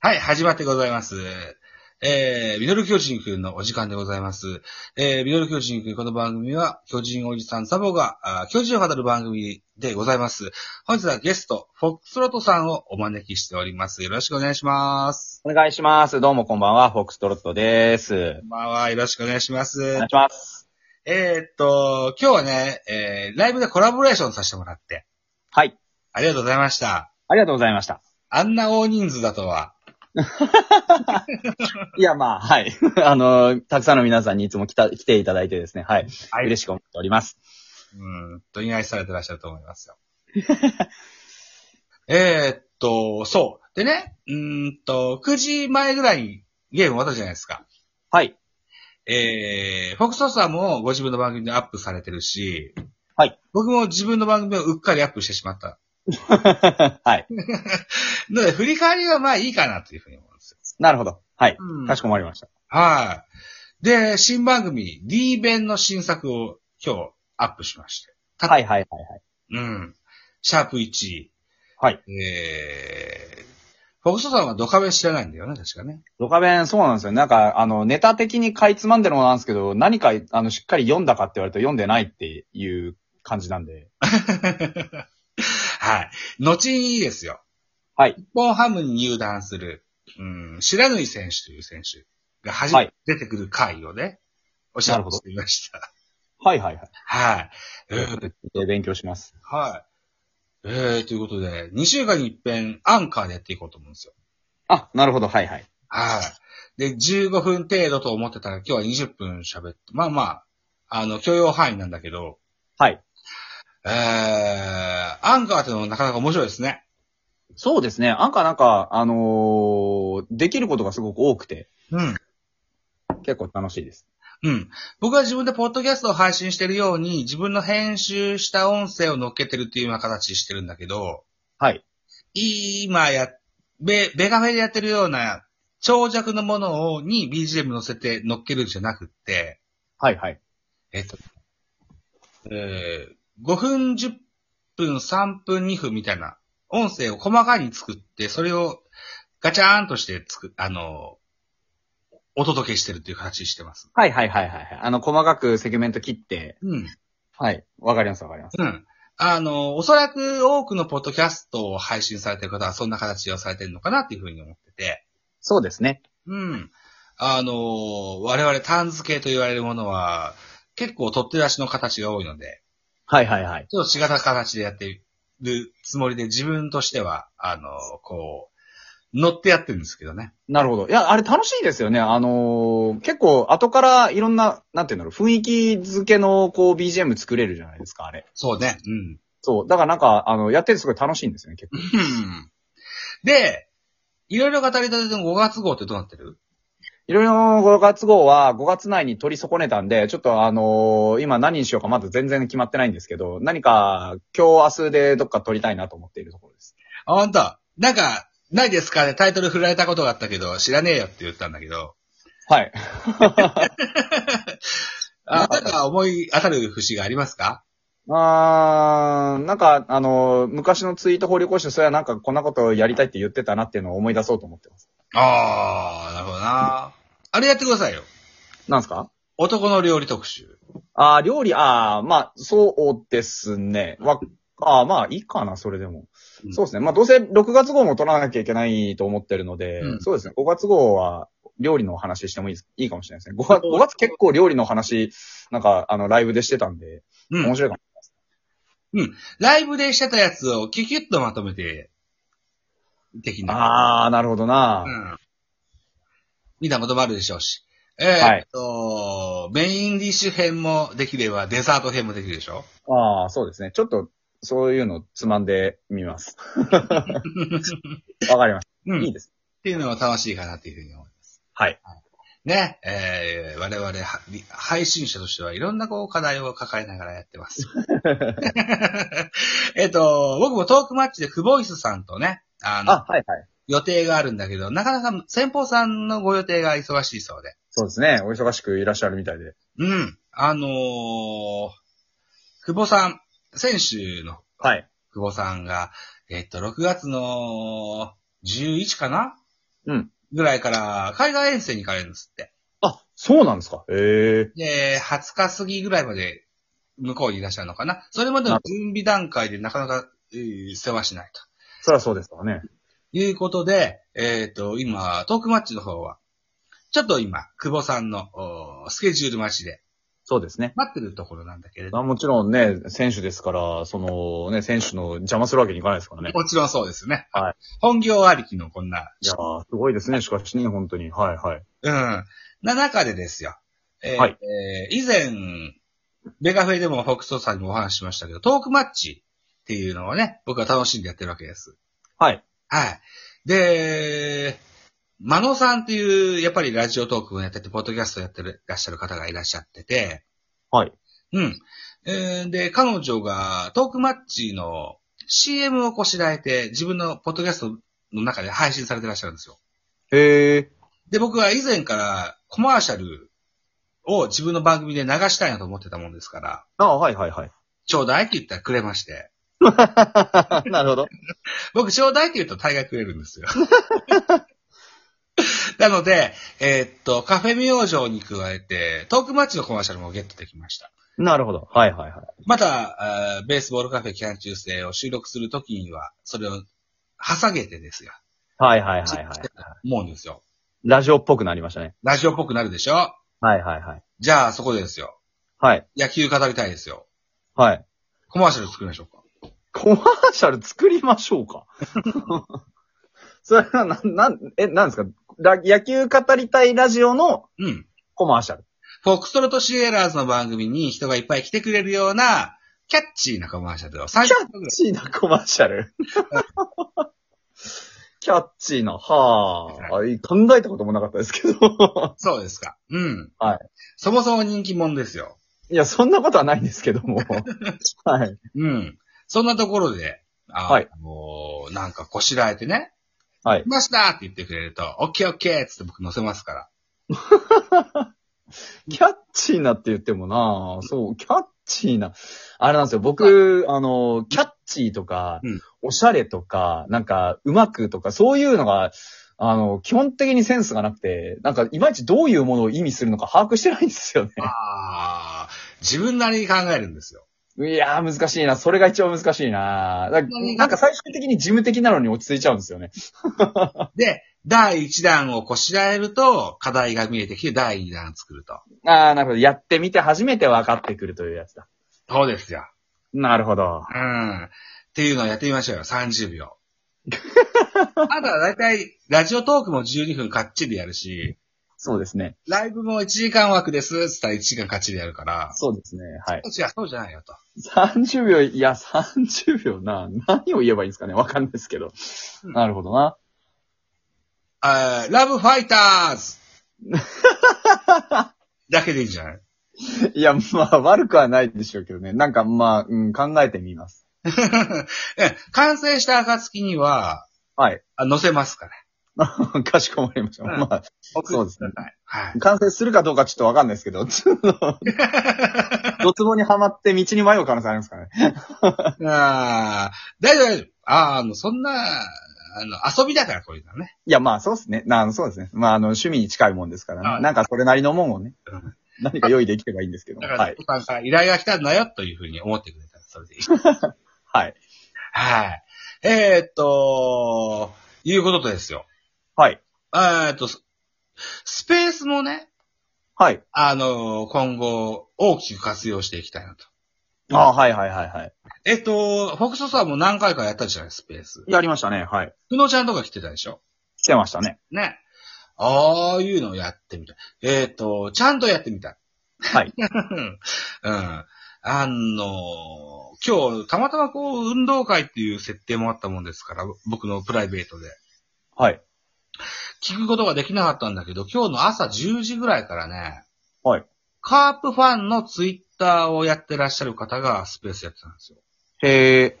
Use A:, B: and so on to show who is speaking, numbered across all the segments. A: はい、始まってございます。えー、ミドル巨人くんのお時間でございます。えー、ミドル巨人くん、この番組は、巨人おじさんサボが、あー巨人を語る番組でございます。本日はゲスト、フォックスロットさんをお招きしております。よろしくお願いします。
B: お願いします。どうもこんばんは、フォックストロットです
A: こ。んばんは、よろしくお願いします。
B: お願いします。
A: えーっと、今日はね、えー、ライブでコラボレーションさせてもらって、
B: はい。
A: ありがとうございました。
B: ありがとうございました。
A: あんな大人数だとは。
B: いや、まあ、はい。 あの、たくさんの皆さんにいつも来た、来ていただいてですね、はい。
A: は
B: 嬉しく思っております。
A: うん、とに愛されてらっしゃると思いますよ。えーっと、そう。でね、うーんと、9時前ぐらいにゲーム終わったじゃないですか。
B: はい。
A: えー、フォックストさんもご自分の番組でアップされてるし、
B: はい。
A: 僕も自分の番組をうっかりアップしてしまった。
B: はい。
A: なので、振り返りはまあいいかなというふうに思うんですよ。
B: なるほど。はい。
A: うん
B: かしこまりました。
A: はい。で、新番組、D 弁の新作を今日アップしまして。
B: はいはいはいはい。
A: うん。シャープ1。
B: はい。
A: えー、フォックスさんはドカベン知らないんだよね、確かね。
B: ドカベン、そうなんですよ。なんか、あの、ネタ的にかいつまんでるものなんですけど、何か、あの、しっかり読んだかって言われると読んでないっていう感じなんで。
A: はい。後にですよ。
B: はい。
A: 日本ハムに入団する、うん、白縫選手という選手が初
B: は
A: めて
B: い
A: 出てくる回をね、おしゃれしてみました。
B: はいはいはい。
A: はい。え
B: ちょっ
A: ー
B: と聞いて勉強します。
A: はい。えー、ということで、2週間に一遍アンカーでやっていこうと思うんですよ。
B: あ、なるほど。はいはい。
A: はい。で、15分程度と思ってたら今日は20分喋って、まあまあ、あの、許容範囲なんだけど、
B: はい。
A: えー、アンカーってのもなかなか面白いですね。
B: そうですね。なんかなんか、あのーできることがすごく多くて、
A: うん。
B: 結構楽しいです。
A: うん。僕は自分でポッドキャストを配信してるように、自分の編集した音声を乗っけてるっていうような形してるんだけど、
B: はい。
A: 今や、ベ、ベカフェでやってるような、長尺のものを、に BGM 乗せて乗っけるんじゃなくって、
B: はいはい。
A: えっと、えー、5分、10分、3分、2分みたいな、音声を細かに作って、それをガチャーンとしてつく、あの、お届けしてるっていう形してます。
B: はいはいはいはいはい。あの、細かくセグメント切って、
A: うん。
B: はい。わかりますわかります。
A: うん。あの、おそらく多くのポッドキャストを配信されてる方はそんな形をされてるのかなっていうふうに思ってて。
B: そうですね。
A: うん。あの、我々タンズ系と言われるものは、結構取って出しの形が多いので、
B: はいはいはい。
A: ちょっと違った形でやってるつもりで自分としては、あの、こう、乗ってやってるんですけどね。
B: なるほど。いや、あれ楽しいですよね。あのー結構後からいろんな、なんていうんだろう、雰囲気付けの、こう、BGM 作れるじゃないですか、あれ。
A: そうね。うん。
B: そう。だからなんか、あの、やっててすごい楽しいんですよね、結構。
A: うんで、いろいろ語りたての5月号ってどうなってる
B: いろいろ5月号は5月内に取り損ねたんで、ちょっとあのー今何にしようかまだ全然決まってないんですけど、何か今日明日でどっか取りたいなと思っているところです。
A: あ、ほんと。なんか、ないですかねタイトル振られたことがあったけど、知らねえよって言ったんだけど、
B: はい。
A: あなんか思い当たる節がありますか
B: あー、なんかあのー昔のツイート掘り起こして、それはなんかこんなことやりたいって言ってたなっていうのを思い出そうと思ってます。
A: ああ、なるほどな。あれやってくださいよ。
B: なんですか
A: 男の料理特集。
B: あー、料理、あー、まあ、そうですね。わあー、まあ、いいかな、それでも。
A: うん
B: そうですね。まあ、どうせ6月号も取らなきゃいけないと思ってるので、
A: うん
B: そうですね。5月号は料理のお話してもいいですいいかもしれないですね。5月
A: そう
B: 5月結構料理の話、なんか、あの、ライブでしてたんで、
A: う
B: 面
A: ん。
B: 白いかも。
A: ライブでしてたやつをキュキュッとまとめて、的な。
B: あー、なるほどな、
A: うん。見たこともあるでしょうし。えーっと、メインディッシュ編もできれば、デザート編もできるでしょ
B: あー、そうですね。ちょっと、そういうのつまんでみます。わかりまし
A: う
B: た。
A: ん。
B: いい
A: っ
B: です。
A: ていうのも楽しいかなっていうふうに思います。
B: はい。
A: ね、えー、我々は、り配信者としてはいろんなこう課題を抱えながらやって ます。えっと、僕もトークマッチで久保イスさんとね、あの、
B: あ、はいはい。
A: 予定があるんだけど、なかなか先方さんのご予定が忙しいそうで。
B: そうですね。お忙しくいらっしゃるみたいで。
A: うん。あのー久保さん、選手の
B: はい。
A: 久保さんが、えっと、6月の11かな
B: うん
A: ぐらいから、海外遠征に行かれるんですって。
B: あ、そうなんですか。ええ
A: で、20日過ぎぐらいまで向こうにいらっしゃるのかな。それまでの準備段階でなかなか、えー世話しないと。
B: そりゃそうですわね。
A: いうことで、えっ、と、今、トークマッチの方は、ちょっと今、久保さんのおースケジュール待ちで
B: そうですね。
A: 待ってるところなんだけれど
B: まあ、もちろんね、選手ですから、そのね、選手の邪魔するわけにいかないですからね。
A: もちろんそうですね。
B: はい
A: 本業ありきのこんな、
B: いやーすごいですね、しかしね、本当に。はい、はい。
A: うん。な中でですよ。えー
B: はい
A: えー以前、ベガフェでもフォックストさんにもお話ししましたけど、トークマッチっていうのをね、僕は楽しんでやってるわけです。
B: はい。
A: はい。で、マノさんっていう、やっぱりラジオトークをやってて、ポッドキャストやってる、いらっしゃる方がいらっしゃってて、
B: はい。
A: うん。えーで、彼女がトークマッチの CM をこしらえて、自分のポッドキャストの中で配信されてらっしゃるんですよ。
B: へえ
A: で、僕は以前からコマーシャルを自分の番組で流したいなと思ってたもんですから、
B: ああ、はい、はい、はい。
A: ちょうだいって言ったらくれまして。
B: なるほど。
A: 僕ちょうだいって言うと大概くれるんですよ。 なので、えーっと、カフェ明星に加えて、トークマッチのコマーシャルもゲットできました。
B: なるほど。はい、はい、はい。
A: また、あーベースボールカフェキャン中世を収録するときには、それを挟げてですよ。
B: はい、はい、はい、はい。
A: 思うんですよ。
B: ラジオっぽくなりましたね。
A: ラジオっぽくなるでしょ
B: はい、はい、はい。
A: じゃあ、そこでですよ。
B: はい、
A: 野球語りたいですよ。
B: はい。
A: コマーシャル作りましょうか。
B: コマーシャル作りましょうか。 それは、な、なん、え、なんですかラ野球語りたいラジオの
A: うん。
B: コマーシャル。
A: フォックストロトシエラーズの番組に人がいっぱい来てくれるような、キャッチーなコマーシャルを
B: キャ
A: 30分ぐ
B: ッチーなコマーシャル。 キャッチーな、はああ。考えたこともなかったですけど。
A: そうですか。うん。
B: はい。
A: そもそも人気者ですよ。
B: いや、そんなことはないんですけども。 はい。
A: うん。そんなところで、あ
B: はい
A: もう、なんかこしらえてね、
B: はい
A: 来。ましたって言ってくれると、オッケーオッケーっつって僕載せますから。
B: キャッチーなって言ってもなそう、キャッチーな。あれなんですよ、僕、あの、キャッチーとか、
A: うん
B: おしゃれとか、なんか、うまくとか、そういうのが、あの、基本的にセンスがなくて、なんか、いまいちどういうものを意味するのか把握してないんですよね。
A: ああ、自分なりに考えるんですよ。
B: いやー、難しいな。それが一番難しいなだ
A: 何が
B: なんか最終的に事務的なのに落ち着いちゃうんですよね。
A: で、第1弾をこしらえると、課題が見えてきて、第2弾作ると。
B: あー、なるほど。やってみて初めて分かってくるというやつだ。
A: そうですよ。
B: なるほど。
A: うん。っていうのをやってみましょうよ、30秒。 あとはだいたい、ラジオトークも12分かっちりやるし、
B: そうですね。
A: ライブも1時間枠です、つったら1時間かっちりやるから、
B: そうですね。はい。
A: いや、そうじゃないよと。
B: 30秒、いや、30秒な。何を言えばいいんですかねわかんないですけど。
A: うん
B: なるほどな。
A: あーラブファイター ズだけでいいんじゃない
B: いや、まあ、悪くはないでしょうけどね。なんか、まあ、うん、考えてみます。
A: え完成した暁には、
B: はい。
A: あ載せますから。
B: かしこまりました。
A: うん
B: まあ、そうですね
A: ね。はい。
B: 完成するかどうかちょっとわかんないです けど、ちょっとドツボにはまって道に迷う可能性ありますからね。
A: ああ、大丈夫、大丈夫。あーあの、そんな、あの、遊びだからこういうのはね。
B: いや、まあ、そうですね。なあのそうですね。まあ、あの、趣味に近いもんですからね。
A: はい
B: なんかそれなりのもんをね
A: うん。
B: 何か用意できればいいんですけど。
A: だから、
B: は
A: ね
B: い。
A: さんから依頼が来たんだよ、というふうに思ってくれたら、それでいい。
B: はい。
A: はい。えーっと、いうこととですよ。
B: はい。
A: えーっと、ススペースもね、
B: はい。
A: あの、今後、大きく活用していきたいなと。
B: ああ、はいはいはいはい。
A: えーっと、フォックスさんも何回かやったじゃない、スペース。
B: やりましたね。はい。
A: 久野ちゃんとか来てたでしょ
B: 来てましたね。
A: ね。ああいうのをやってみたい。えーっと、ちゃんとやってみたい。
B: はい。
A: うんうん。あの、今日、たまたまこう、運動会っていう設定もあったもんですから、僕のプライベートで。
B: はい。
A: 聞くことができなかったんだけど、今日の朝10時ぐらいからね、
B: はい。
A: カープファンのツイッターをやってらっしゃる方がスペースやってたんですよ。
B: へえ。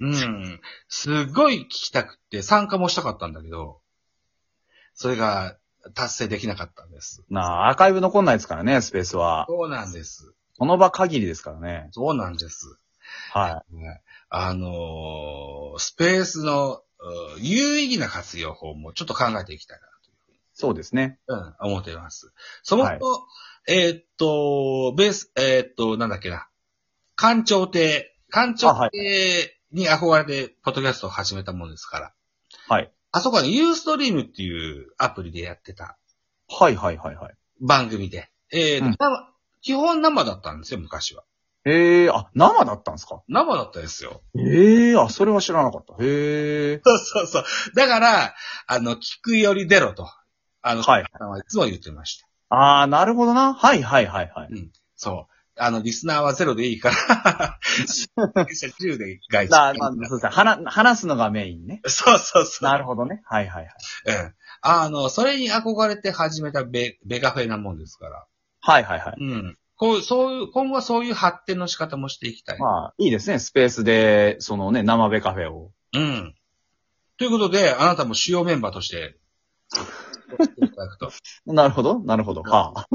A: うん。すごい聞きたくて参加もしたかったんだけど、それが達成できなかったんです。
B: なあ、アーカイブ残んないですからね、スペースは。
A: そうなんです。
B: この場限りですからね。
A: そうなんです。
B: は
A: ねあのースペースのうん有意義な活用法もちょっと考えていきたいな
B: そうですね。
A: うん、思っています。そもそも、えーっと、ベース、えーっと、なんだっけな。官庁亭、官庁
B: あはい
A: 亭に憧れて、ポッドキャストを始めたもんですから。
B: はい。
A: あそこはね、ユーストリームっていうアプリでやってた
B: はいはいはいはい。
A: 番組で。えーっと
B: うん
A: 生基本生だったんですよ、昔は。
B: ええあ、生だったんですか
A: 生だったです よ。
B: ええあ、それは知らなかった。へえ
A: そうそうそう。だから、あの、聞くより出ろと。あの、
B: はい。
A: さんはいつも言ってました。
B: ああ、なるほどな。はいはいはいはい。
A: そう。あの、リスナーはゼロでいい から、10で外
B: だまあ、そうですね。話、話すのがメインね。
A: そうそうそう。
B: なるほどね。はいはいはい。
A: うん。あの、それに憧れて始めたベベガフェなもんですから。
B: はいはいはい。
A: うん。こう、そういう、今後はそういう発展の仕方もしていきたい。
B: まあ、いいですね。スペースで、そのね、生べカフェを。
A: うん。ということで、あなたも主要メンバーと して、いただくと、
B: なるほど、なるほど。はあ。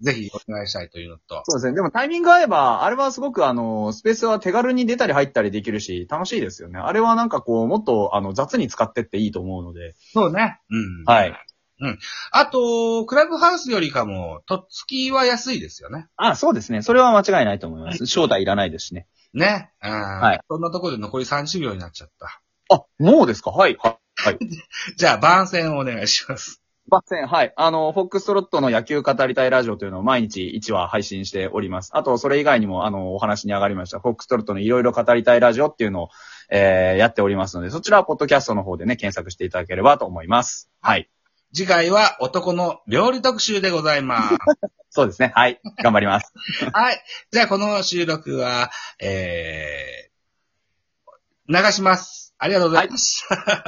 A: ぜひお願いしたいというのと、
B: そうですね。でもタイミング合えば、あれはすごくあの、スペースは手軽に出たり入ったりできるし、楽しいですよね。あれはなんかこう、もっとあの、雑に使ってっていいと思うので。
A: そうね。うん。
B: はい。
A: あと、クラブハウスよりかも、とっつきは安いですよね。
B: あ、そうですね。それは間違いないと思います。招待いらないですしね。
A: ね。うん。
B: い
A: そんなところで残り30秒になっちゃった。
B: あ、もうですかはい。はい。
A: じゃあ、番宣をお願いします。
B: バッセン、はい。あの、フォックストロットの野球語りたいラジオというのを毎日1話配信しております。あと、それ以外にも、あの、お話に上がりました、フォックストロットのいろいろ語りたいラジオっていうのを、えー、やっておりますので、そちらはポッドキャストの方でね、検索していただければと思います。はい。
A: 次回は男の料理特集でございます。
B: そうですね。はい。頑張ります。
A: はい。じゃあ、この収録は、えー、流します。ありがとうございました。